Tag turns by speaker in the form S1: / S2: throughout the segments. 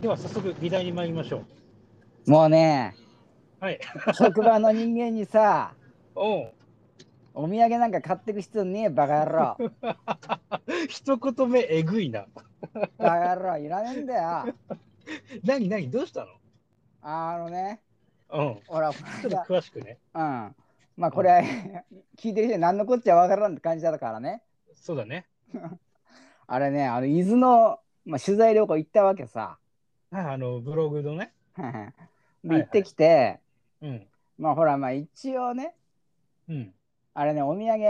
S1: では早速議題に参りましょう。
S2: もうね、
S1: はい。
S2: 職場の人間にさ、
S1: おう。
S2: お土産なんか買ってく必要ねえ、バカ野郎。
S1: 一言目えぐいな。
S2: バカ野郎、いらねえんだよ。
S1: 何何どうした
S2: あのね、
S1: の？
S2: ほら、こ
S1: うん。ちょ
S2: の
S1: っと
S2: 間
S1: 詳しくね。
S2: うん。まあこれ、聞いてる人に何のこっちゃわからんって感じだからね。
S1: そうだね。
S2: あれね、あの、伊豆の、まあ、取材旅行行ったわけさ。
S1: はいあのブログのね。
S2: で、行ってきて、
S1: うん
S2: まあほら、まあ一応ね、
S1: うん。
S2: あれね、お土産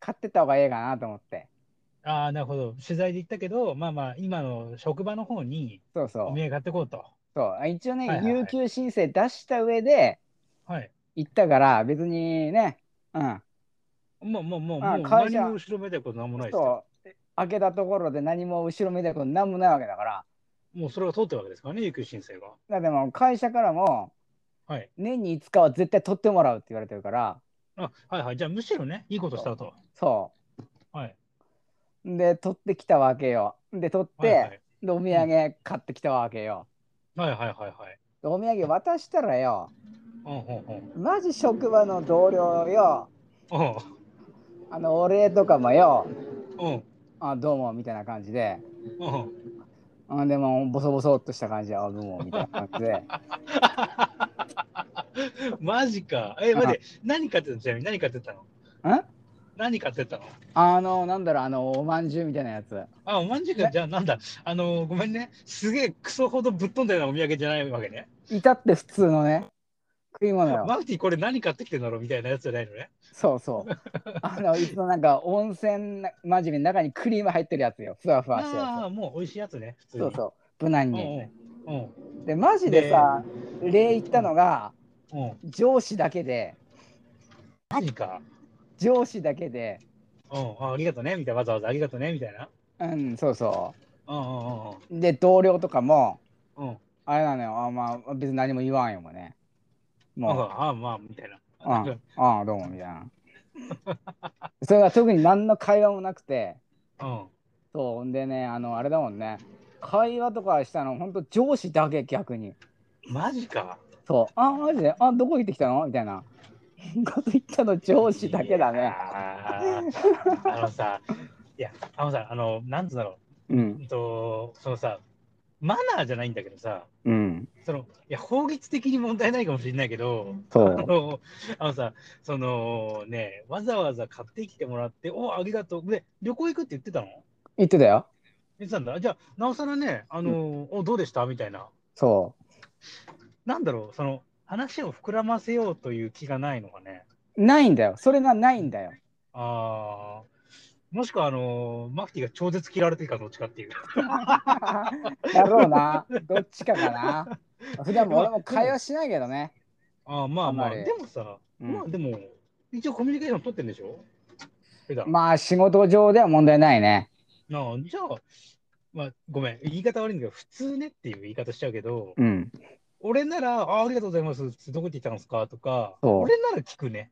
S2: 買ってった方がええかなと思って。
S1: ああなるほど。取材で行ったけど、まあまあ今の職場の方に
S2: そう
S1: お土
S2: そう。
S1: 産買ってこうと。
S2: そう一応ね、
S1: はいはいはい
S2: 有給申請出した上で
S1: はい。
S2: 行ったから、別にね、うん。
S1: もうもうもう
S2: あ
S1: もう
S2: 会
S1: 何
S2: 社
S1: も後ろめたいことなんもないですよ。
S2: と開けたところで何も後ろめたいこと何もないわけだから
S1: もうそれが通ってるわけですからね、有給申請が。
S2: だってもう会社からも
S1: はい。
S2: 年に5日は絶対取ってもらうって言われてるから
S1: あはいはい。じゃあむしろね、いいことしたと。
S2: そ
S1: はい。
S2: うで取ってきたわけよで取って、
S1: はいはい。
S2: でお土産買ってきたわけよ
S1: はいはいはいはい。
S2: でお土産渡したらよ
S1: うんうんうん。
S2: マジ職場の同僚よ
S1: うん
S2: あのお礼とかもよ
S1: うん
S2: あどうもみたいな感じで
S1: うん。
S2: あでもボソボソっとした感じであどうもみたいな感じで
S1: マジか。え、待って、何買ってたのちなみに何買ってったの
S2: ん
S1: 何買ってったの
S2: あのなんだろうあのおまんじゅうみたいなやつ
S1: あ、マジか。じゃあなんだ。あのーごめんね。すげえクソほどぶっ飛んだようなお土産じゃないわけね。
S2: 至って普通のね食い物よ
S1: マフティーこれ何買ってきてんだろうみたいなやつじゃないのね。
S2: そうそうあのいつもなんか温泉な真面目の中にクリーム入ってるやつよふわふわしてる
S1: あ
S2: や
S1: あ、もう美味しいやつね。普
S2: つ
S1: 通に
S2: そうそう無難
S1: う
S2: に、
S1: んうん。
S2: でマジでさ礼行ったのが
S1: うん。うん。
S2: 上司だけで
S1: マジか。
S2: 上司だけで
S1: うん。あありがとうね。みたいな。わざわざありがとうね。みたいな。
S2: うんそうそ
S1: うんうんうんうん
S2: うで同僚とかも
S1: うん。
S2: あれなのよあまあ別に何も言わんよもうね
S1: うん。
S2: も
S1: ああ、まあ、みたいな。
S2: う、うん、ああどうもみたいなそれが特に何の会話もなくて
S1: うん。
S2: そうほんでねあのあれだもんね会話とかしたのほんと上司だけ逆に
S1: マジか。
S2: そうあマジであどこ行ってきたのみたいなこと言ったの上司だけだ
S1: い
S2: ね
S1: やーあのさ、いや、あのさん、あの、なんつうんだろ
S2: う
S1: う、
S2: ん
S1: うんと、そのさ、マナーじゃないんだけどさ、
S2: うん
S1: その、いや、法律的に問題ないかもしれないけど、
S2: そ
S1: あ
S2: う
S1: の、あのさ、そのね、わざわざ買ってきてもらって、おありがとう。で、旅行行くって言ってたの
S2: 言ってたよ
S1: 言ってたんだ。じゃあ、なおさらね、あの、おどうでしたみたいな。
S2: そ
S1: なんだろう、その、話を膨らませようという気がないのがね。
S2: うないんだよそれがないんだよ
S1: ああ、もしくは、あの、マフティが超絶嫌われてるかどっちかっていう。
S2: だろうなどっちかかな普段も俺も会話しないけどね
S1: ああまあま
S2: あん
S1: あ、
S2: まり
S1: でもさ、
S2: うん
S1: まあでも、一応コミュニケーション取ってんでしょ普段。
S2: まあ仕事上では問題ないね
S1: なあじゃあ、まあごめん、言い方悪いんだけど、普通ねっていう言い方しちゃうけど、
S2: うん
S1: 俺なら、あありがとうございますって、どこ行ってきたんですかとか、
S2: そう
S1: 俺なら聞くね。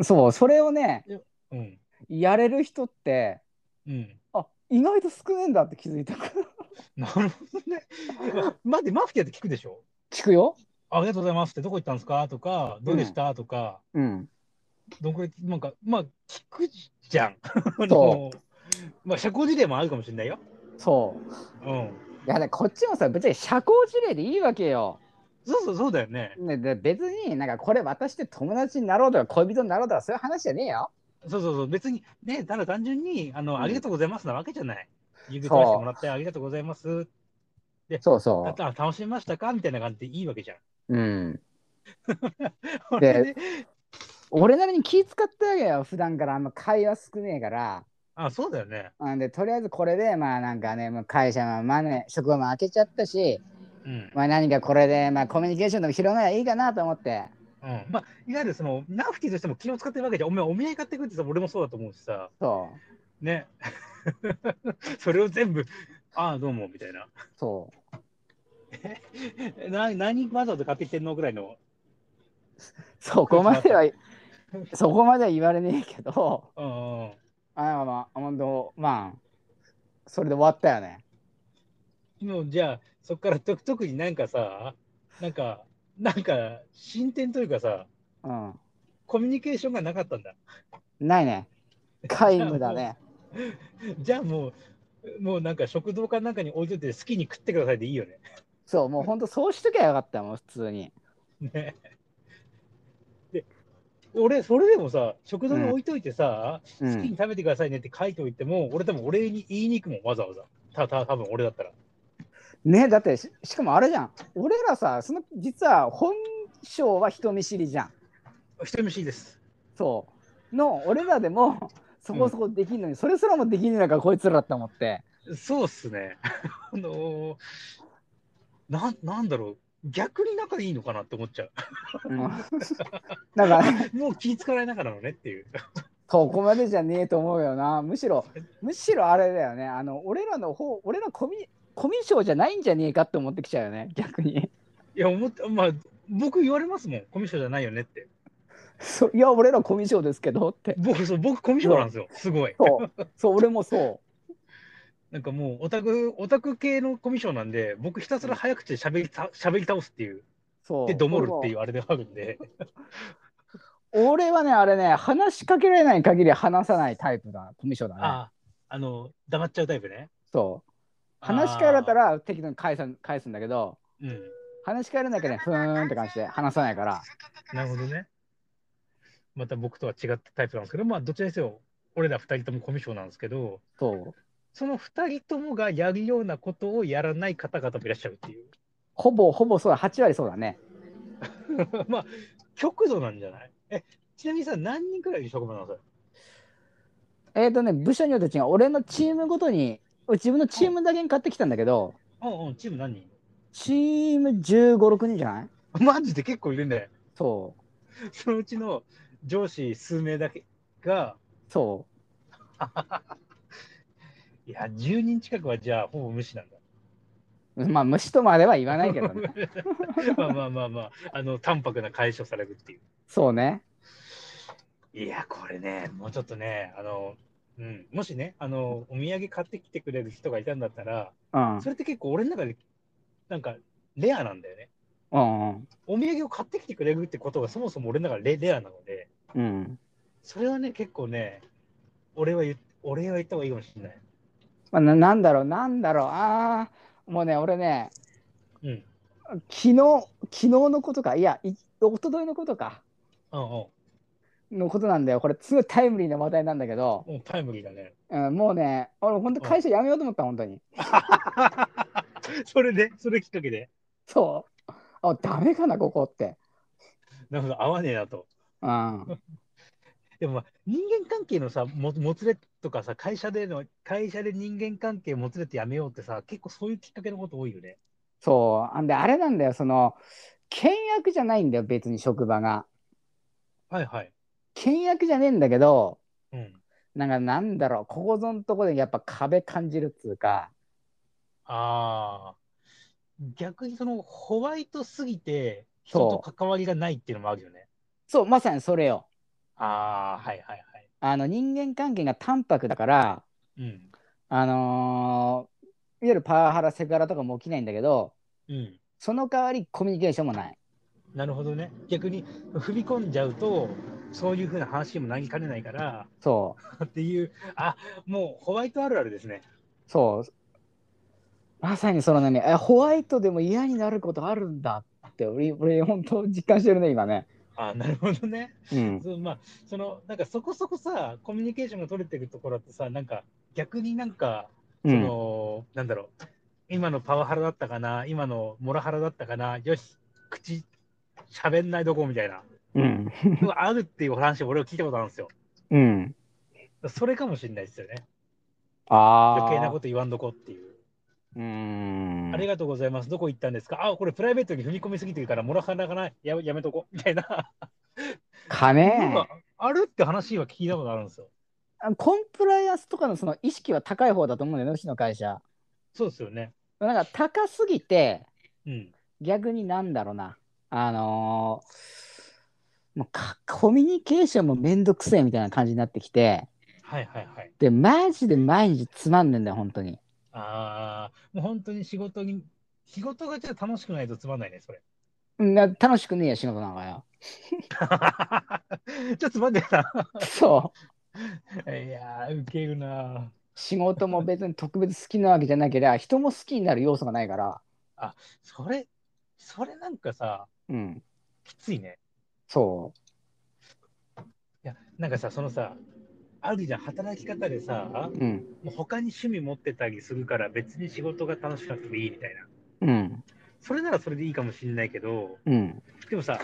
S2: そうそれをね
S1: うん。
S2: やれる人って
S1: うん。
S2: あ意外と少ねえんだって気づいたから
S1: なるほど ね。待って、マフティアって聞くでしょ
S2: 聞くよ
S1: あありがとうございますって、どこ行ったんですかとか、どうでした、とか、
S2: うん
S1: どんくらい、なんか、まあ、聞くじゃん。 あ
S2: そ
S1: のまあ、社交辞令もあるかもしれないよ。
S2: そう
S1: うん。
S2: いやでこっちもさぶっちゃけ社交辞令でいいわけよ
S1: そうそう、そうだよね。
S2: ね、で別になんかこれ私って友達になろうとか恋人になろうとかそういう話じゃねえよ。
S1: そうそうそう、別にね、ただ単純にあの、
S2: うん
S1: ありがとうございますなわけじゃない。指
S2: そ
S1: 食
S2: う
S1: わしてもらってありがとうございます。
S2: そう
S1: あ
S2: そ
S1: とあ楽しみましたかみたいな感じでいいわけじゃん。
S2: う。うん。
S1: これで
S2: 俺なりに気使ってあげよ普段からあんま会話少ねえから。
S1: あ、そうだよね。
S2: なんでとりあえずこれでまあなんかねもう会社のマネ職場も開けちゃったし、
S1: うん。
S2: まあ、何かこれでまあコミュニケーションでも広がりゃいいかなと思って。
S1: うん、まあ、いわゆるその、ナフティとしても気を使ってるわけじゃん。お前、お土産買ってくるってさ、俺もそうだと思うしさ、
S2: そ
S1: ね。 それを全部、ああ、どうも、みたいな。
S2: うそ
S1: な何わざわざ買ってきてんのぐらいの。
S2: う。そこまで はそこまでは言われねえけど
S1: うんうんうん。
S2: あなんかまあ本当まあそれで終わったよね。
S1: もうじゃあ、そっからと 特になんかさ、なんか、なんか、進展というかさ、
S2: うん。
S1: コミュニケーションがなかったんだ。
S2: ないね。皆無だ ね。
S1: じゃあもう、もうなんか食堂かなんかに置いといて好きに食ってくださいでいいよね。
S2: そう、もうほんとそうしときゃよかったもん、普通に。
S1: ね。で、俺、それでもさ、食堂に置いといてさ、
S2: う
S1: 好きに
S2: ん。
S1: 食べてくださいねって書いておいても、俺多分俺に言いに行くもん、わざわざ。た、た、多分俺だったら。
S2: ねだってし、しかもあれじゃん。俺らさ、その、実は本性は人見知りじゃん。
S1: 人見知りです。
S2: そう。の、俺らでも、そこそこできんのに、それすらもできんのやから、こいつらだと思って。
S1: そうっすね。 あのー、なん、なんだろう。逆に仲いいのかなって思っちゃう。
S2: うん、 なんか、
S1: もう 気ぃ使われながらのねっていう。
S2: そこまでじゃねえと思うよな。むしろ、むしろあれだよね。あの、俺らの方、俺らコミ、コミュ障じゃないんじゃねえかって思ってきちゃうよね、逆に。
S1: いや、思った、まあ、僕言われますもん。コミュ障じゃないよねって。
S2: そういや、俺らコミュ障ですけどって。
S1: 僕、そう、僕コミュ障なんですよ。すごい。
S2: そう、そう、俺もそ
S1: なんかもう、オタク、オタク系のコミュ障なんで、僕ひたすら早口で喋りた、喋り倒すっていう。
S2: う。そう。
S1: で、どもるっていうあれであるんで。
S2: 俺も。俺はね、あれね、話しかけられない限り話さないタイプだ、コミュ障だね。
S1: ああ、あの、黙っちゃうタイプね。
S2: そう。話しかけられたら適当に返す返すんだけど、
S1: あー。うん。
S2: 話しかけられなきゃね、ふーんって感じで話さないから。
S1: なるほどね。また僕とは違ったタイプなんですけど、まあ、どちらにせよ、俺ら二人ともコミュ障なんですけど、
S2: そう。
S1: その二人ともがやるようなことをやらない方々もいらっしゃるっていう。
S2: ほぼほぼそうだ、8割そうだね。
S1: まあ、極度なんじゃないえ、ちなみにさ、何人くらいいる職場なのそれ
S2: えっ、ー、とね、部署によって違う。俺のチームごとに、自分のチームだけに買ってきたんだけど、
S1: うんうん、チーム何人
S2: チーム15、6人じゃない
S1: マジで結構いるんだよ。
S2: そ
S1: そのうちの上司数名だけが、
S2: う、そ
S1: いや、10人近くはじゃあ、ほぼ無視なんだ。
S2: う。まあ、虫とまでは言わないけどね。
S1: まあまあまあまあ、あの、淡白な解消されるっていう。
S2: そうね。
S1: いや、これね、もうちょっとね、あの、うん、もしね、あの、お土産買ってきてくれる人がいたんだったら、
S2: うん。
S1: それって結構俺の中で、なんか、レアなんだよね。
S2: うんうん。
S1: お土産を買ってきてくれるってことがそもそも俺の中でレレアなので、
S2: うん。
S1: それはね、結構ね、俺は言っ俺は言った方がいいかもしれない。
S2: まあ、ななんだろう、なんだろう。ああ、もうね、俺ね、
S1: うん。
S2: 昨日、昨日のことか、いや、い一昨日のことか、
S1: うんうん。も
S2: のことなんだよ。これ、すごいタイムリーな話題なんだけど、
S1: うタイムリーだ ね。
S2: うん、もうね、俺、本当会社辞めようと思った、本当に。
S1: それで、それきっかけで。
S2: そう。あ、ダメかな、ここって。
S1: なるほど、合わねえなと。
S2: うん。
S1: でも、まあ、人間関係のさも、もつれとかさ、会社での、会社で人間関係もつれてやめようってさ、結構そういうきっかけのこと多いよね。
S2: そう。あんで、あれなんだよ、その、倹約じゃないんだよ、別に職場が。
S1: はいはい。
S2: 倹約じゃねえんだけど、
S1: うん。
S2: なんか、なんだろう、ここぞのとこでやっぱ壁感じるっつうか、
S1: ああ。逆にその、ホワイトすぎて、人
S2: そ
S1: と
S2: う
S1: 関わりがないっていうのもあるよね。
S2: そう、まさにそれよ。
S1: ああ、はいはいはい。
S2: あの、人間関係が淡白だから、
S1: うん。
S2: あのーいわゆるパワハラ、セクハラとかも起きないんだけど、
S1: うん。
S2: その代わりコミュニケーションもない。
S1: なるほどね。逆に、踏み込んじゃうと、そういうふうな話にもなりかねないから、
S2: そ
S1: っていう、あもうホワイトあるあるですね。
S2: う、そう。まさにそのね、えホワイトでも嫌になることあるんだって、俺、俺、本当実感してるね、今ね。
S1: あなるほどね。
S2: うん。
S1: そうまあ、そのなんかそこそこさ、コミュニケーションが取れてるところってさ、なんか逆になんか、
S2: う
S1: そ
S2: ん
S1: の、なんだろう、今のパワハラだったかな、今のモラハラだったかな、よし、口喋んないどこみたいな、
S2: うん。
S1: うわあるっていうお話を俺は聞いたことあるんですよ。
S2: うん。
S1: それかもしれないですよね。
S2: ああ。
S1: 余計なこと言わんどこっていう。
S2: うーん。
S1: ありがとうございます。どこ行ったんですかあ、これプライベートに踏み込みすぎてるから、モラハラかな、ややめとこみたいな。
S2: かね
S1: なんかあるって話は聞いたことあるんですよ。
S2: あコンプライアンスとかのその意識は高い方だと思うんだよね、うちの会社。
S1: そうですよね。
S2: なんか高すぎて、
S1: うん。
S2: 逆になんだろうな。あのーもうかコミュニケーションもめんどくせえみたいな感じになってきて、
S1: はいはいはい。
S2: で、マジで毎日つまんねんだよ、本当に。
S1: ああ、もう本当に仕事に仕事がじゃあ楽しくないとつまんないね、それ。
S2: うんな楽しくねえよ、仕事なんかよ。
S1: ちょっと待ってな。
S2: そう。
S1: いやー、ウケるな。
S2: 仕事も別に特別好きなわけじゃなければ、人も好きになる要素がないから。
S1: それ、それなんかさ、
S2: うん。
S1: きついね。
S2: そ
S1: いや、なんかさ、そのさ、あるじゃん、働き方でさ、
S2: う。うん。
S1: もう他に趣味持ってたりするから、別に仕事が楽しくなくてもいいみたいな。
S2: うん。
S1: それならそれでいいかもしれないけど、
S2: うん。
S1: でもさ、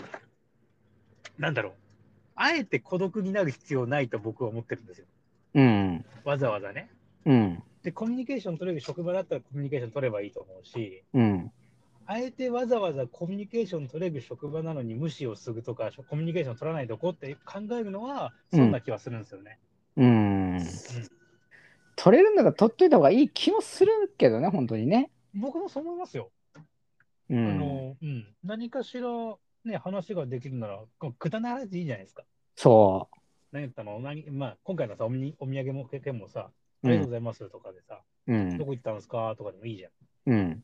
S1: なんだろう。あえて孤独になる必要ないと僕は思ってるんですよ。
S2: うん。
S1: わざわざね。
S2: うん。
S1: で、コミュニケーション取れる職場だったらコミュニケーション取ればいいと思うし、
S2: うん。
S1: あえてわざわざコミュニケーション取れる職場なのに無視をするとか、コミュニケーション取らないとこって考えるのは、そんな気はするんですよね。
S2: うん。取れるんだったら取っといた方がいい気もするけどね、本当にね。
S1: 僕もそう思いますよ。
S2: う
S1: あ
S2: ん。
S1: の、うん。何かしら、ね、話ができるなら、くだらない話でいいじゃないですか。
S2: そ
S1: 何やったの何、まあ、今回のさ、おみお土産も件もさ、あ
S2: う。
S1: り
S2: う。
S1: がとうんございますとかでさ、
S2: う
S1: ど
S2: ん。
S1: こ行ったんですかとかでもいいじゃん。
S2: うん。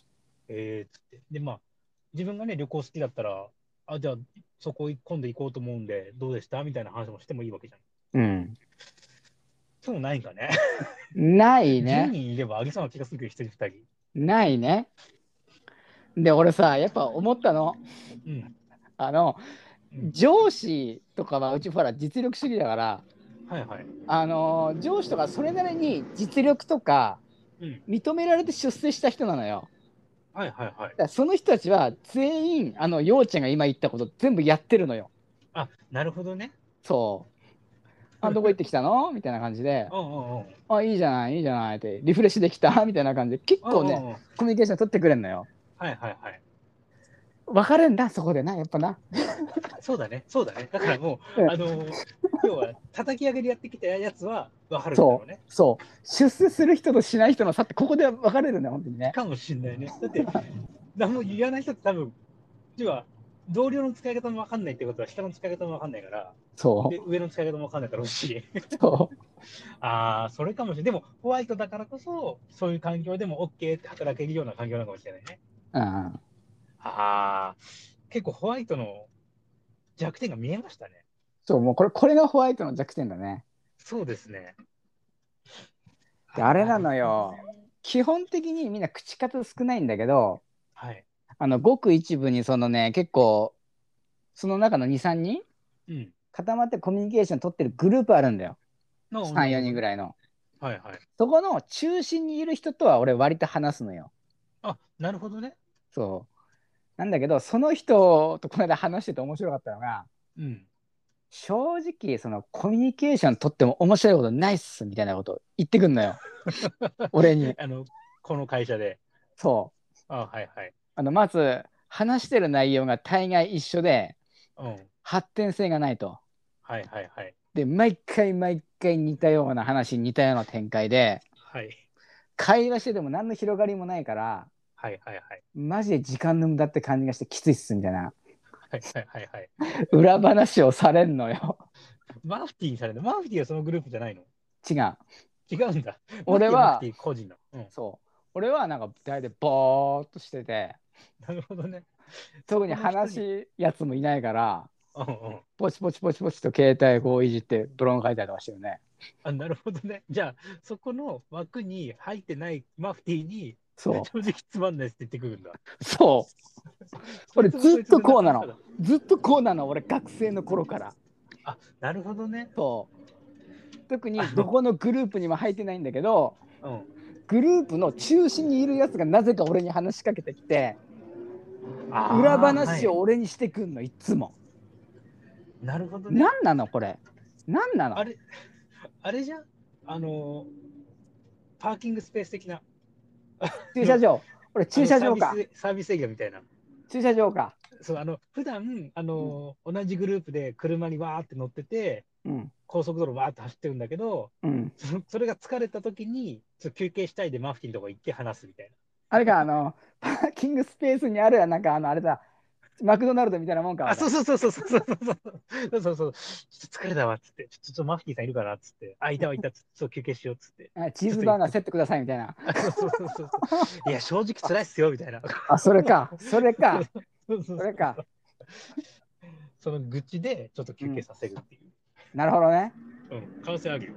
S1: えー、つって。で、まあ、自分がね、旅行好きだったら、あ、じゃあ、そこ今度行こうと思うんで、どうでしたみたいな話もしてもいいわけじゃん。
S2: うん。
S1: そういうのないんかね。
S2: ない
S1: 10
S2: ね。
S1: 人いればありそうな気がするけど、1人、2
S2: ないね。で、俺さ、やっぱ思ったの。
S1: 人。うん。
S2: あの、
S1: うん
S2: 上司とかはうちほら実力主義だから、
S1: はいはい。
S2: あのー上司とかそれなりに実力とか
S1: うん。
S2: 認められて出世した人なのよ。
S1: はいはいはい
S2: だ。からその人たちは全員あの陽ちゃんが今言ったこと全部やってるのよ。
S1: あ、なるほどね。
S2: そう。あどこ行ってきたのみたいな感じで
S1: うんうんうん。
S2: 「あいいじゃないいいじゃない」って「リフレッシュできた?」みたいな感じで結構
S1: ん
S2: ね
S1: んん。はい
S2: コミュニケーション取ってくれんのよ。
S1: はいはい。
S2: 分かるんだそこでなやっぱな。
S1: そうだね。そうだね。だからも
S2: うん
S1: う、あのー、要は、叩き上げでやってきたやつは分かるんだ
S2: そ
S1: ろう
S2: う
S1: ね。
S2: そう出世する人としない人の差ってここで分かれるんだよ本当にね。
S1: かもしれないね。だって、何も言わない人って多分、要は、同僚の使い方も分かんないってことは、下の使い方も分かんないから、
S2: そ
S1: で上の使い方も分かんないだろうし、
S2: うそう
S1: ああ、それかもしれない。でも、ホワイトだからこそ、そういう環境でも OK って働けるような環境なのかもしれないね。
S2: うん、
S1: ああ、結構ホワイトの弱点が見えましたね。
S2: そうもうこれこれがホワイトの弱点だね。
S1: そうですね。
S2: であれなのよ。基本的にみんな口数少ないんだけど
S1: はい。
S2: あのごく一部にそのね結構その中の23人
S1: うん。
S2: 固まってコミュニケーション取ってるグループあるんだよ34人ぐ
S1: らい。
S2: らいの
S1: はいはい。
S2: そこの中心にいる人とは俺割と話すのよ
S1: あ、なるほどね。
S2: そうなんだけどその人とこの間話してて面白かったのが
S1: うん。
S2: 正直そのコミュニケーション取っても面白いことないっすみたいなこと言ってくんのよ俺に
S1: あの、この会社で。
S2: そう
S1: あはいはい。
S2: あのまず話してる内容が大概一緒で
S1: うん。
S2: 発展性がないと。
S1: はいはいはい。
S2: で毎回毎回似たような話似たような展開で
S1: はい。
S2: 会話してても何の広がりもないから
S1: はいはいはい。
S2: マジで時間の無駄って感じがしてきついっすみたい
S1: は
S2: な
S1: いはいはいはい。
S2: 裏話をされんのよ
S1: マフティーにされる。マフティーはそのグループじゃないの
S2: 違う
S1: 違うんだ。
S2: 俺
S1: マ
S2: は
S1: フティーマフティー個人の。うん。
S2: そう俺はなんか大体ボーっとしてて
S1: なるほどね。
S2: 特に話すやつもいないから
S1: うんうん。
S2: ポチポチポチポチと携帯こういじってブロン書いたりとかしてるね
S1: あ、なるほどね。じゃあ、そこの枠に入ってないマフティーに、
S2: そう
S1: 正直つまんないですって言ってくるんだ。
S2: そう俺
S1: そいつも
S2: ずっとこうなの
S1: そいつも仲良さ
S2: ずっとこうなの俺学生の頃から
S1: だ。あ、なるほどね。
S2: そう特にどこのグループにも入ってないんだけど
S1: うん。
S2: グループの中心にいるやつがなぜか俺に話しかけてきて
S1: あー
S2: 裏話
S1: は
S2: を俺にしてくんのいつも、
S1: いなるほどね。
S2: 何なのこれ何な
S1: あ
S2: の
S1: れ、あれじゃんあのー、パーキングスペース的な。
S2: 駐車場俺駐車場
S1: あのサ
S2: か
S1: ービスサービス営業みたいな。
S2: 駐車場か
S1: そう、あの、普段、あのー、同じグループで車にわーって乗ってて、
S2: うん
S1: 高速道路わーって走ってるんだけど、
S2: うん
S1: そのそれが疲れた時に、ちょっと休憩したいでマフティンのとこ行って話すみたいな。
S2: あれかあのパーキングスペースにあるやなんかあのあれだマクドナルドみたいなもんか。
S1: あ、そうそうそうそうそうそうそうそうそう。ちょっと疲れたわっつって、ちょちょっとマフティーさんいるからっつって、あ、いたわいたっつって、そう休憩しようっつって。
S2: あチーズバーガーセットくださいみたいな。
S1: あそうそうそうそうそう。いや、正直辛いっすよみたいな。
S2: あ、それか。それか。
S1: そうそう
S2: そ
S1: そう
S2: れか。
S1: その愚痴でちょっと休憩させるっていう。
S2: なるほどね。
S1: うん、可能性あるよ。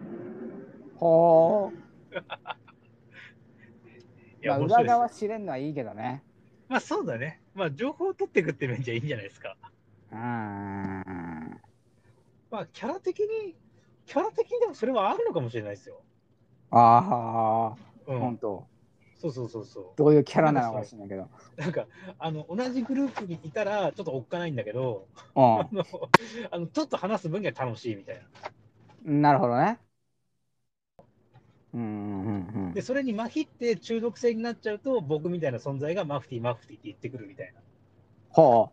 S2: ほう。
S1: いや、
S2: まあ、
S1: 面
S2: 裏
S1: 白いです
S2: 側知れんのはいいけどね。
S1: まあそうだね。まあ情報を取っていくって面じゃいいんじゃないですか。
S2: うーん。
S1: まあキャラ的に、キャラ的にでもそれはあるのかもしれないですよ。
S2: ああ、
S1: うん。
S2: 本当。
S1: そうそうそうそう。
S2: どういうキャラなのかもしれないけど。
S1: なんか、あの、同じグループにいたら、ちょっとおっかないんだけど、あ
S2: う
S1: の、あのちょっと話す分には楽しいみたいな。
S2: ん。なるほどね。うんうんうんうん
S1: で、。それにまひって中毒性になっちゃうと、僕みたいな存在がマフティー、マフティーって言ってくるみたいな。
S2: ほ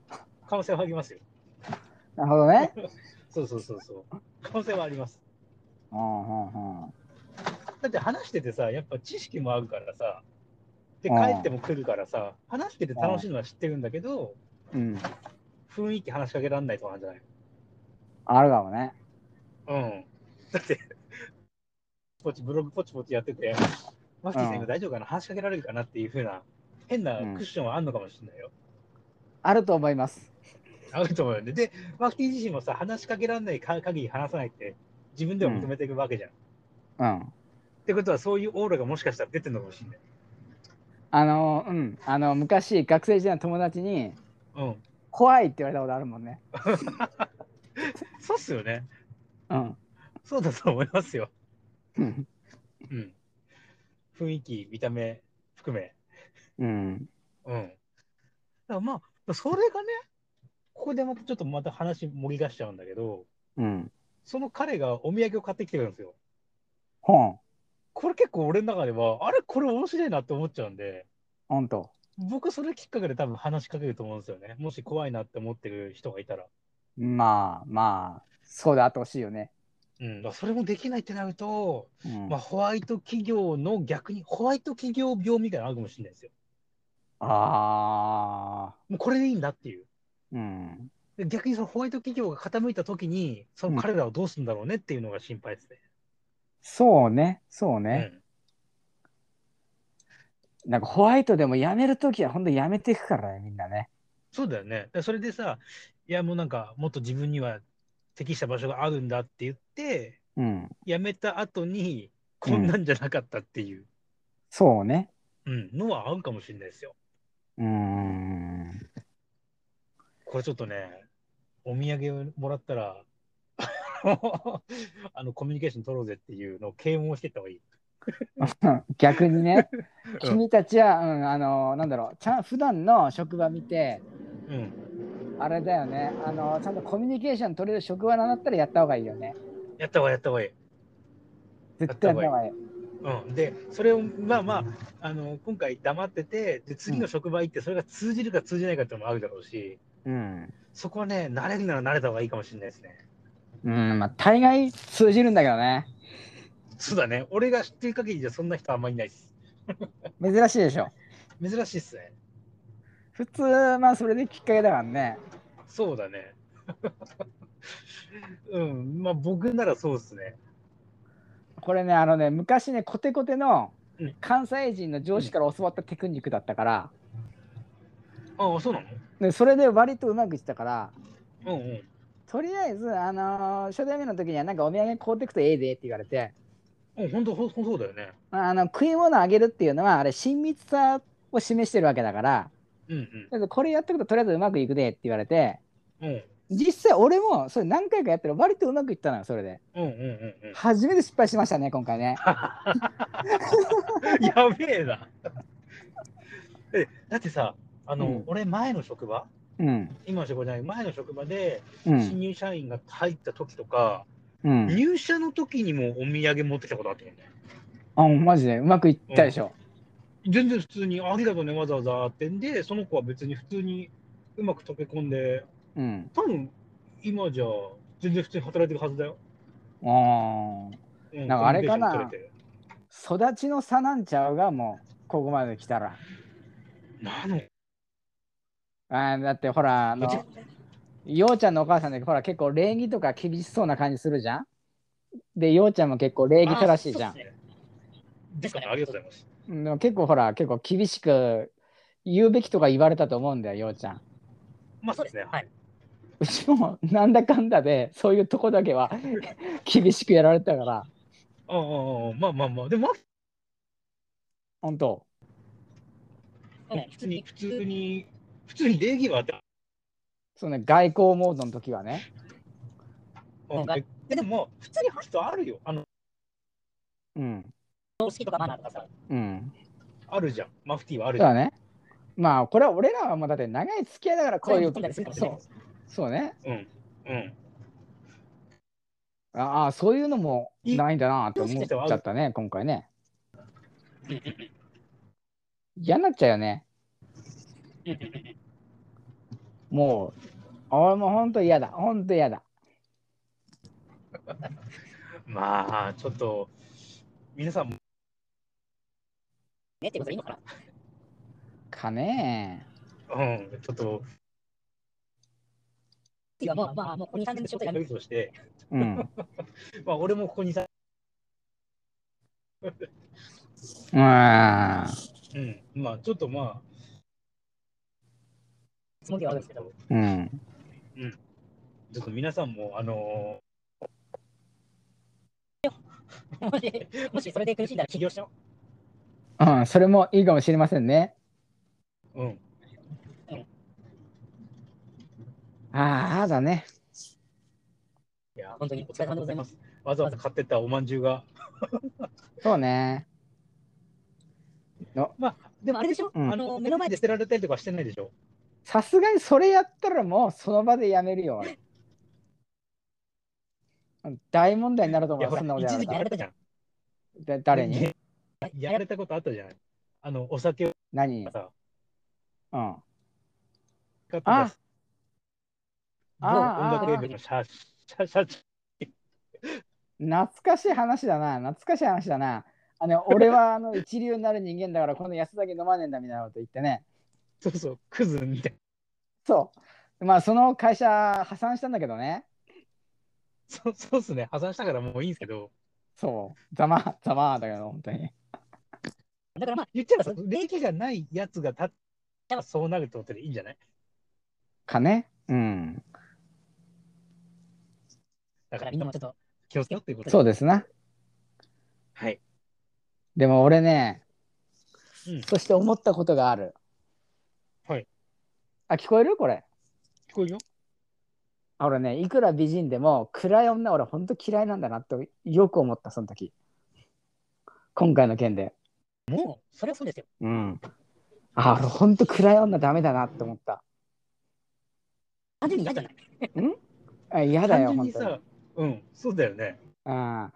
S1: 可能性はありますよ。
S2: う。なるほどね。
S1: そうそうそうそう。可能性はあります。
S2: うんうんうん。
S1: だって話しててさ、やっぱ知識もあるからさ、で、
S2: う
S1: 帰
S2: ん
S1: っても来るからさ、話してて楽しいのは知ってるんだけど、
S2: うん。
S1: 雰囲気話しかけられないとかなんじゃない
S2: あるかもね。
S1: うん。だって、ポチブログポチポチやってて、マスティさん今大丈夫かな、話しかけられるかなっていうふうな、変なクッションはあるのかもしれないよ。
S2: あると思います。
S1: あると思うよね。で、マスティ自身もさ、話しかけられないか限り話さないって、自分では認めていくわけじゃん。っ
S2: うん。
S1: てことは、そういうオーラがもしかしたら出てるのかもしれない。
S2: あの、うん。あの、昔、学生時代の友達に、
S1: うん。
S2: 怖いって言われたことあるもんね。
S1: そうっすよね。
S2: うん。
S1: そうだと思いますよ。
S2: うん
S1: うん。雰囲気、見た目含め。
S2: うん。
S1: うん。だからまあ、それがね、ここでまたちょっとまた話盛り出しちゃうんだけど、
S2: うん。
S1: その彼がお土産を買ってきてくるんですよ。
S2: ほん。
S1: これ結構俺の中では、あれこれ面白いなって思っちゃうんで、
S2: ほんと。
S1: 僕それきっかけで多分話しかけると思うんですよね。もし怖いなって思ってる人がいたら。
S2: まあまあ、そうであってほしいよね。
S1: うん、だからそれもできないってなると、
S2: うん
S1: まあ、ホワイト企業の逆に、ホワイト企業病みたいなのあるかもしれないですよ。
S2: ああ、
S1: もうこれでいいんだっていう。
S2: うん。
S1: で逆にそのホワイト企業が傾いた時に、その彼らをどうするんだろうねっていうのが心配ですね。
S2: そうね、そう
S1: う
S2: ね。
S1: ん
S2: なんかホワイトでもやめるときは本当やめていくからね、みんなね。
S1: そうだよね。だからそれでさ、いやもうなんか、もっと自分には適した場所があるんだって言って、
S2: うん。
S1: 辞めた後に、こんなんじゃなかったっていう、
S2: そうね。
S1: うん、のは合うかもしれないですよ。
S2: うーん。
S1: これちょっとね、お土産をもらったら、 あのコミュニケーション取ろうぜっていうのを啓蒙していった方がいい。
S2: 逆にね、
S1: うん
S2: 君たちは、うん、あの、なんだろう、ちゃん、普段の職場見て、
S1: うん。
S2: あれだよね、あの、ちゃんとコミュニケーション取れる職場なんだったらやった方がいいよね。
S1: やった方がいいやった方がいい。
S2: 絶対やった方がいい。
S1: うん、で、それを、まあまあ、あの今回黙っててで、次の職場行って、それが通じるか通じないかっていうのもあるだろうし、
S2: うん。
S1: そこはね、慣れるなら慣れた方がいいかもしれないですね。
S2: うん、まあ、大概通じるんだけどね。
S1: そうだね、俺が知ってる限りじゃそんな人あんまりいないです。
S2: 珍しいでしょ。
S1: 珍しいっすね。
S2: 普通、まあ、それできっかけだからね。
S1: そうだね。 うん、まあ僕ならそうですね。
S2: これねあのね昔ねコテコテの
S1: うん
S2: 関西人の上司から教わったテクニックだったから、
S1: ああ、そうなの
S2: でそれで割とうまくいってたから
S1: うんうん。
S2: とりあえず、あのー初対面の時にはなんかお土産買うてくとええでって言われて
S1: うん、本当ほんほんそうだよね。
S2: あの食い物あげるっていうのはあれ親密さを示してるわけだから
S1: うん
S2: とりあえずこれやっとくととりあえずうまくいくでって言われて
S1: うん。うん
S2: 実際俺もそれ何回かやってる割とうまくいったのよそれで
S1: うんうんうん
S2: 初めて失敗しましたね今回ね
S1: うん。 やべえな。えだってさ、あの、
S2: うん
S1: 俺前の職場、
S2: うん
S1: 今の職場じゃない、前の職場で
S2: う
S1: 新
S2: ん
S1: 入社員が入った時とか、
S2: うん
S1: 入社の時にもお土産持ってきたことあったもんね。
S2: あマジでうまくいったでしょ、
S1: 全然普通に、ありがとうね、わざわざってんで、その子は別に普通にうまく溶け込んで、
S2: うん
S1: 多分今じゃ全然普通に働いてるはずだよ。
S2: ああ
S1: うん
S2: なんかあれかな
S1: コミュニケーション取
S2: 育ちの差なんちゃうがもうここまで来たら
S1: れてなの
S2: あーだってほら、あの、ようちゃんのお母さんでほら結構礼儀とか厳しそうな感じするじゃんで、ようちゃんも結構礼儀正しいじゃん。
S1: あ。そうっすねですかね、ありがとうございます。
S2: うんでも結構ほら、結構厳しく言うべきとか言われたと思うんだよ、ようちゃん。
S1: まあそうですね、はい。
S2: うちもなんだかんだで、そういうとこだけは 厳しくやられたから、
S1: ああ、まあまあまあ、でも、
S2: 本当。
S1: まあ、普通に、普通に、普通に礼儀はあって、
S2: そうね、外交モードの時はね。
S1: うんででも、普通に話すとあるよ。あの、
S2: うん。
S3: 常識とかマナーとかさ、
S2: うん。
S1: あるじゃん。マフティーはある
S2: そう
S1: じゃん。
S2: だね。まあ、これは俺らはもうだって長い付き合いだからこういう。
S3: これは求めてる
S2: そう。そうね。
S1: うん。うん。
S2: ああ、そういうのもないんだなって思っちゃったね、今回ね。嫌になっちゃうよね。もう、俺も本当嫌だ。本当嫌だ。
S1: まあ、ちょっと、皆さんも、
S3: ねってことでいいのかな
S2: かね
S1: うん、ちょっと、
S3: っていうか、まあまあ、もうここ2、3年で仕事辞める。
S1: として、
S2: え。うん。
S1: まあ、俺もここにさ、
S2: うん。あ
S1: うん、まあ、ちょっとま
S3: つもり
S1: あ、
S3: は
S1: あ
S3: あ
S1: れで
S3: るんですす
S1: け
S3: け
S1: ど
S3: ど、、
S2: うん。
S1: ちょっと皆さんも、あの
S3: もしもしそれで苦しんだら起業しちゃおう。
S2: うん。それもいいかもしれませんね。
S1: ーうん、
S2: ああ、だね。
S1: いや、。
S3: 本当にお疲れ様でございます
S1: わざわざ買ってったおまんじゅうが、
S2: そうね。
S1: まあ、
S3: でもあれでしょ、
S2: うん
S3: あ
S1: あの
S3: の、
S1: 目
S3: 目
S1: の
S3: の
S1: 前で
S3: 前で
S1: 捨てられたりとかしてないでしょ。
S2: さすがにそれやったらもうその場でやめるよ。俺大問題になると
S1: い
S2: 思
S1: や、
S2: う、
S1: ほ
S2: そんな
S1: ら、
S2: ことや
S1: 一時期やら
S2: られたら
S1: れたじゃん。
S2: だ誰に
S1: やられたことあったじゃない。あの、お酒を
S2: 何うん。
S1: さ、
S2: あ
S1: 買って
S2: あ
S1: た。
S2: あ
S1: 某音楽
S2: あ
S1: イベントの社、社、社長。
S2: 懐かしい話だな。懐かしい話だな。あの俺はあの一流になる人間だからこの安酒飲まねえんだみたいなこと言ってね。
S1: そうそう、クズみたいな。
S2: そう。まあその会社破産したんだけどね。
S1: そうそうっすね、破産したからもういいんですけど、
S2: そう。ざまざまだけど本当に。
S3: だからまあ、
S1: 言っちゃえばその、礼儀がないやつが立ったらそうなるってことでいいんじゃない
S2: かね。うん。
S1: だ
S3: だ
S1: か
S3: からら
S1: み
S3: み
S1: ん
S3: ん
S1: な
S3: な
S1: も
S3: も
S1: ち
S3: ち
S1: ょ
S3: ょ
S1: っと気を
S3: っと、
S1: つけようっていうこと
S2: そうですな。
S1: はい。
S2: でも俺ね、
S1: うん
S2: そして思ったことがある。
S1: はい。
S2: あ、聞こえるこれ。
S1: 聞こえるよ。
S2: あ俺ね、いくら美人でも暗い女俺ほんと嫌いなんだなってよく思った、その時。今回の件で。
S3: もう、それはそうですよ。
S2: うん。あ、俺ほんと暗い女ダメだなって思った。
S3: 単純に嫌じゃない。
S2: あ嫌だ
S1: 単
S2: よ、
S1: 純
S2: ほん
S1: に
S2: とに。
S1: さ、うん、そうだよね。
S2: うん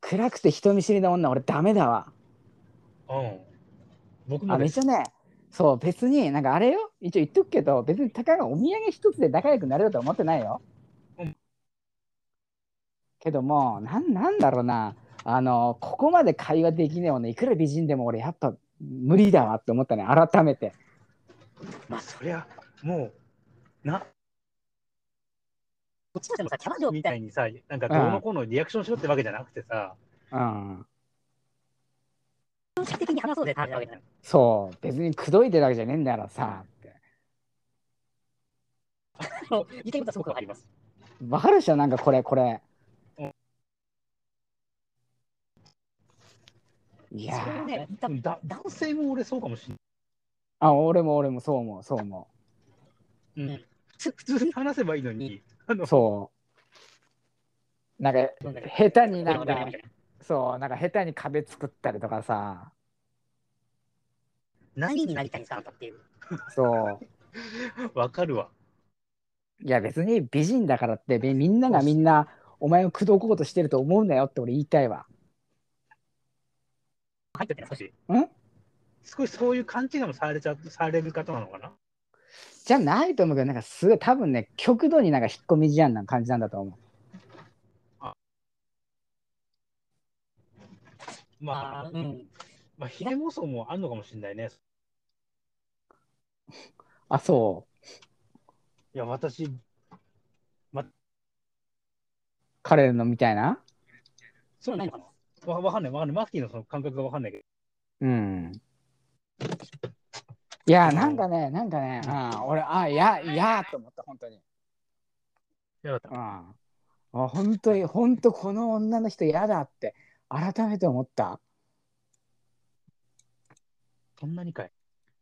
S2: 暗くて人見知りの女俺ダメだわ。
S1: うん。僕も
S2: あ、
S1: で
S2: 別
S1: す
S2: にね、そう、別になんかあれよ、一応言っとくけど、別にたかがお土産一つで仲良くなれるとは思ってないよ。
S1: うん
S2: けども、なんなんだろうな、あの、ここまで会話できねえもんね、いくら美人でも俺やっぱ無理だわって思ったね、改めて。
S1: まあ、そりゃ、もう、な、
S3: こっちとしてもさ、キャバ嬢み
S1: み
S3: たい
S1: たいにさ、なんかどうのこうのリアクションしろってわけじゃなくてさ、
S2: うん。
S3: な、常識的に話そうぜって話なわけじゃない。
S2: そう、別に口説いてるわけじゃねえんだからさ、って。
S3: もう言いたいことはす
S1: そ
S3: ご
S1: う
S3: く
S1: かあ
S3: わか
S1: り
S3: り
S1: ま
S3: ます。
S1: す。
S2: わかるでしょ、なんかこれ、これ
S1: う。
S2: い
S3: そ
S2: や
S3: れ
S2: ー
S3: は。ね、言った
S1: 多分だ男性も俺そうかもしれない。
S2: あ、俺も俺もそう思う、そう思う。
S1: 普通普通に話せばいいのに、あ の、
S2: そう。なんか
S3: ことだけど
S2: 下手になん
S3: 俺は
S2: か
S3: みたいな
S2: そうなんか下手に壁作ったりとかさ
S3: 何になりたいんですかあなたっていう。
S2: そう
S1: わかるわ。
S2: いや別に美人だからってべみんながみんなお前を口説こうとしてると思うなよって俺言いたいわ
S3: 入ってたよ、少し。
S1: 少しそういう勘違いもされちゃうされる方なのかな。
S2: じゃないと思うけどなんかすごい多分ね極度になんか引っ込み思案な感じなんだと思
S1: ま
S3: あ
S1: あ
S3: ー、うん。
S1: まあ、ひげ妄想もあるのかもしれないね。
S2: うあそ
S1: いや、私、
S2: 彼のみたいな。
S1: そうなのかなわわかんない、わかんない。マスキーのその感覚がわかんないけど。
S2: うん。いや、
S1: うん
S2: なんかね、なんかね、うん、俺、あ、いや、いやーと思った、本当に。
S1: やだった
S2: うん。あ、本当に、本当この女の人嫌だって、改めて思った。
S1: そんなにかい。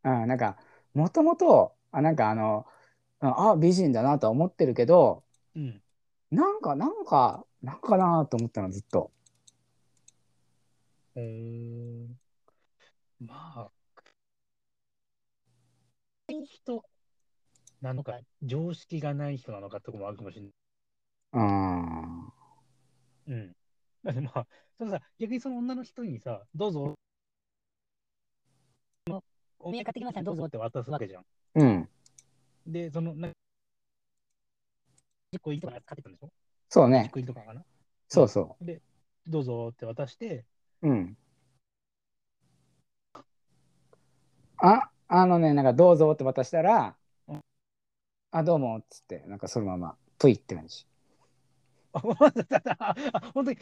S2: うん、なんか、もともと、あ、なんかあの、うんあ、美人だなとは思ってるけど、
S1: うん。
S2: なんか、なんか、なんかなーと思ったの、ずっと。
S1: うーん。まあ、人なのか、常識がない人なのかってとこもあるかもしれない。
S2: うん。
S1: うん。だってまあ、そのさ、逆にその女の人にさ、どうぞ、お
S3: 土産買ってきました
S1: どうぞって渡すわけじゃん。
S2: うん。
S1: で、その、なんか、10個入りとか買ってたんでしょ
S2: そう
S1: ?10
S2: ね。
S1: 個入りとかかな
S2: そうそ
S1: どうぞって渡して、
S2: う。うん。あ、あのね、なんかどうぞって渡したら、あ、どうもっつって、なんかそのまま、ぷいって感じ。
S1: あ、本当だあ本当に、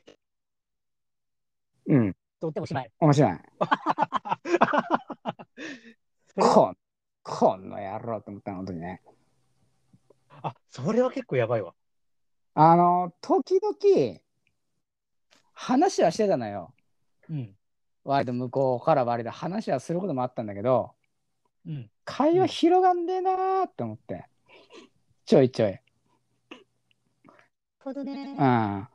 S2: うん。
S1: とっ
S3: で
S1: て
S3: お
S1: お
S3: し
S1: し
S3: ま
S1: ま
S3: い
S1: い。。
S2: 面白い。
S1: それ
S2: こん、この野郎と思ったの、本当にね。
S1: あ、それは結構やばいわ。
S2: あの、時々、話はしてたのよ。
S1: うん。
S2: 割と向こうから割と話はすることもあったんだけど、
S1: うん。
S2: 会話広がんねえなーって思って。ちょいちょい。
S3: ほどね
S2: う。ん。
S1: な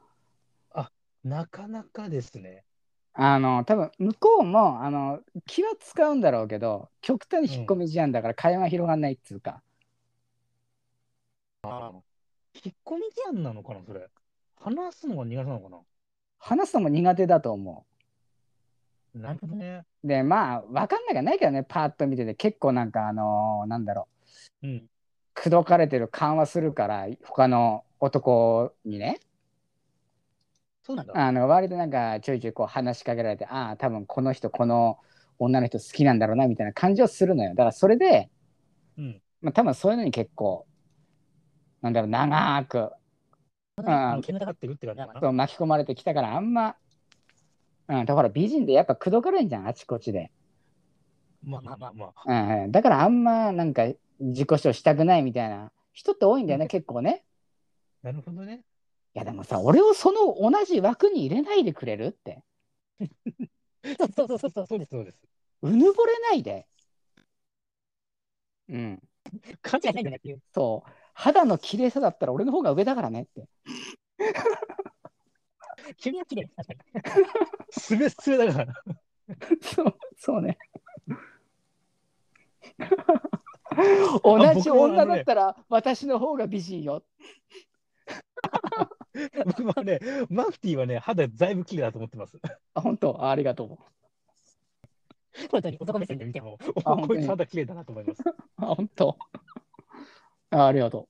S1: かなかですね。
S2: あの多分向こうもあの気は使うんだろうけど極端に引っ込み思案だから会話広がんないっつうか、
S1: 引っ込み思案なのかな、それ。話すのが苦手なのか
S2: 話すのも苦手だと思
S1: な。なるほどね。
S2: うでまあ分かんなくはないけどねパーッと見てて結構なんかあのなんだろう
S1: うん。
S2: 口説かれてる感はするから他の男にね
S1: そうなんだ。
S2: あの割となんかちょいちょいこう話しかけられてああ多分この人この女の人好きなんだろうなみたいな感じをするのよだからそれで
S1: うん。
S2: まあ、多分そういうのに結構なんだろう長く
S1: あ
S2: うん
S1: の煙たがってるって感じかな。
S2: そう巻き込まれてきたからあんま、うん、だから美人でやっぱ口説かれんじゃんあちこちで、
S1: まあまあまあまあ。
S2: うん、だからあんまなんか自己主張したくないみたいな人って多いんだよね結構ね
S1: なるほどね。
S2: いやでもさ俺をその同じ枠に入れないでくれるって
S3: そうそうそうそう。
S1: そうです、そうです。
S2: うぬぼれないでうん
S3: 勘違いしないんだよねっていう。
S2: そう肌の綺麗さだったら俺の方が上だからねって
S3: 君は綺麗。確かに。
S1: すべすべだから。
S2: そうそうね同じ女だったら私の方が美人よ
S1: 僕もね、マフティーはね、肌だいぶ綺麗だと思ってます。
S2: あ本当あありがとう
S3: 本当に男目線で見ても。
S1: も
S2: あ
S1: う、
S2: 本当
S1: こ
S2: に
S1: いつ肌綺麗だなと思います。
S2: あ、本当。あありがと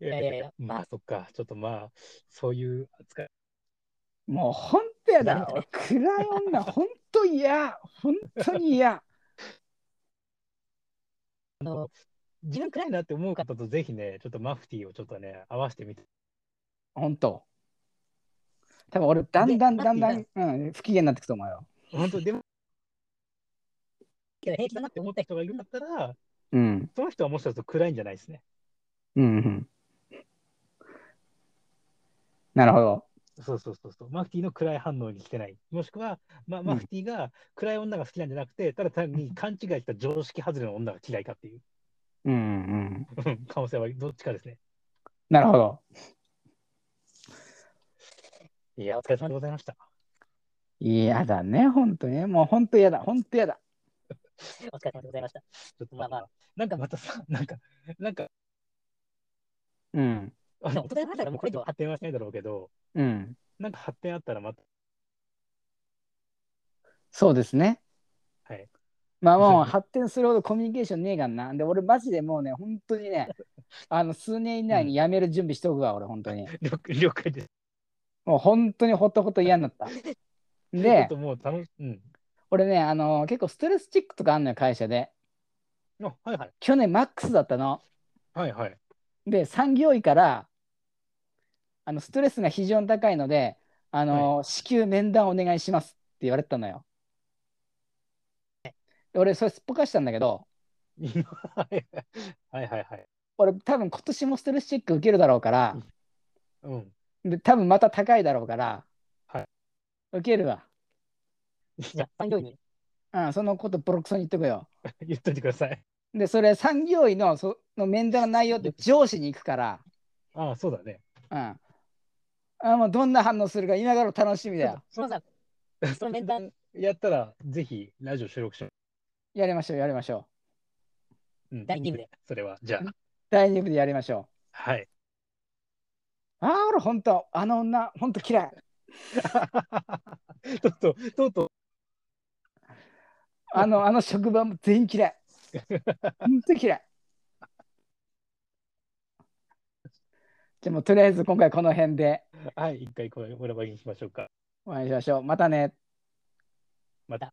S1: い
S3: やいやいや
S1: まあ、そっか。ちょっとまあ、そういう扱い。
S2: う。もう本当や
S3: なる
S2: だ
S3: ほど。
S2: 暗い女、本当嫌。本当に嫌。
S3: あの、
S1: 自分暗いなって思う方と、ぜひね、ちょっとマフティーをちょっとね、合わせてみて。
S2: 本当。多分俺、だんだん
S3: で
S2: だんだ
S3: なん
S2: ん、うん、不機嫌になってくと思うよ。
S1: 本当でもっ
S3: 平気だなってて
S1: 思
S3: 思
S1: っ
S3: ったた人。
S1: 人がいるんだったら、
S2: うん。
S1: その人はもしかすると暗いんじゃないですね。
S2: うん、うん。なるほど。
S1: そうそうそうそう。マフティーの暗い反応に来てない。もしくは、ま、マフティーが暗い女が好きなんじゃなくて、ただ単に勘違いした常識外れの女が嫌いかっていう
S2: うん、うん。
S1: うん可能性はどっちかですね。
S2: なるほど。
S1: いや、お疲れ様でございました。
S2: 嫌だね、本当に。もう本当嫌だ。本当嫌だ。
S3: お疲れ様でございました。
S1: ちょっと
S3: まあまあ。
S1: なんかまたさ、なんか、なんか、
S2: うん。
S1: あ
S3: でも大人になったらもうこれ以上は
S1: 発展はしないだろうけど、
S2: うん。
S1: なんか発展あったらまた、
S2: そうですね。
S1: はい。
S2: まあ もう
S1: そう
S2: 発展するほどコミュニケーションねえがんな。で、俺マジでもうね、本当にね、あの数年以内に辞める準備しとくわ、俺、本当に。
S1: 了解了解です。
S2: もう本当にほっとほっと嫌にな った。
S1: ちょっ
S2: で
S1: と、もう楽し、うん。
S2: 俺ね、あの結構ストレスチックとかあんのよ、会社で。
S1: あはいはい。
S2: 去年マックスだったの。
S1: はいはい。
S2: で産業医からあのストレスが非常に高いのであの、至急面談お願いしますって言われたのよ。で俺それすっぽかしたんだけど
S1: はいはいはい。
S2: 俺多分今年もストレスチェック受けるだろうから
S1: うん。
S2: で多分また高いだろうから、
S1: はい
S2: 受けるわ、
S3: じゃあ、産業医に。
S2: うん、そのことボロクソに言ってこよ
S1: 言っといてください。
S2: うでそれ産業医のその面談の内容って上司に行くから、
S1: ああ、そうだね。
S2: うん、あもうどんな反応するか今から楽しみだよ
S3: そのさ、その面談、
S1: やったら、ぜひ、ラジオ収録しよ
S2: やりましょうやりましょう
S1: う。うん
S3: 第二部で。
S1: それは、じゃあ。
S2: 第2部でやりましょう
S1: はい。
S2: ああ、俺、本当、あの女、本当嫌い。
S1: とうとう、とうとう、
S2: あの、あの職場も全員嫌い。本当嫌い。じゃあもう、とりあえず今回この辺で
S1: はい、一回これ、これ終わりにしましょうか。
S2: お会いしましょう。またね。
S1: また。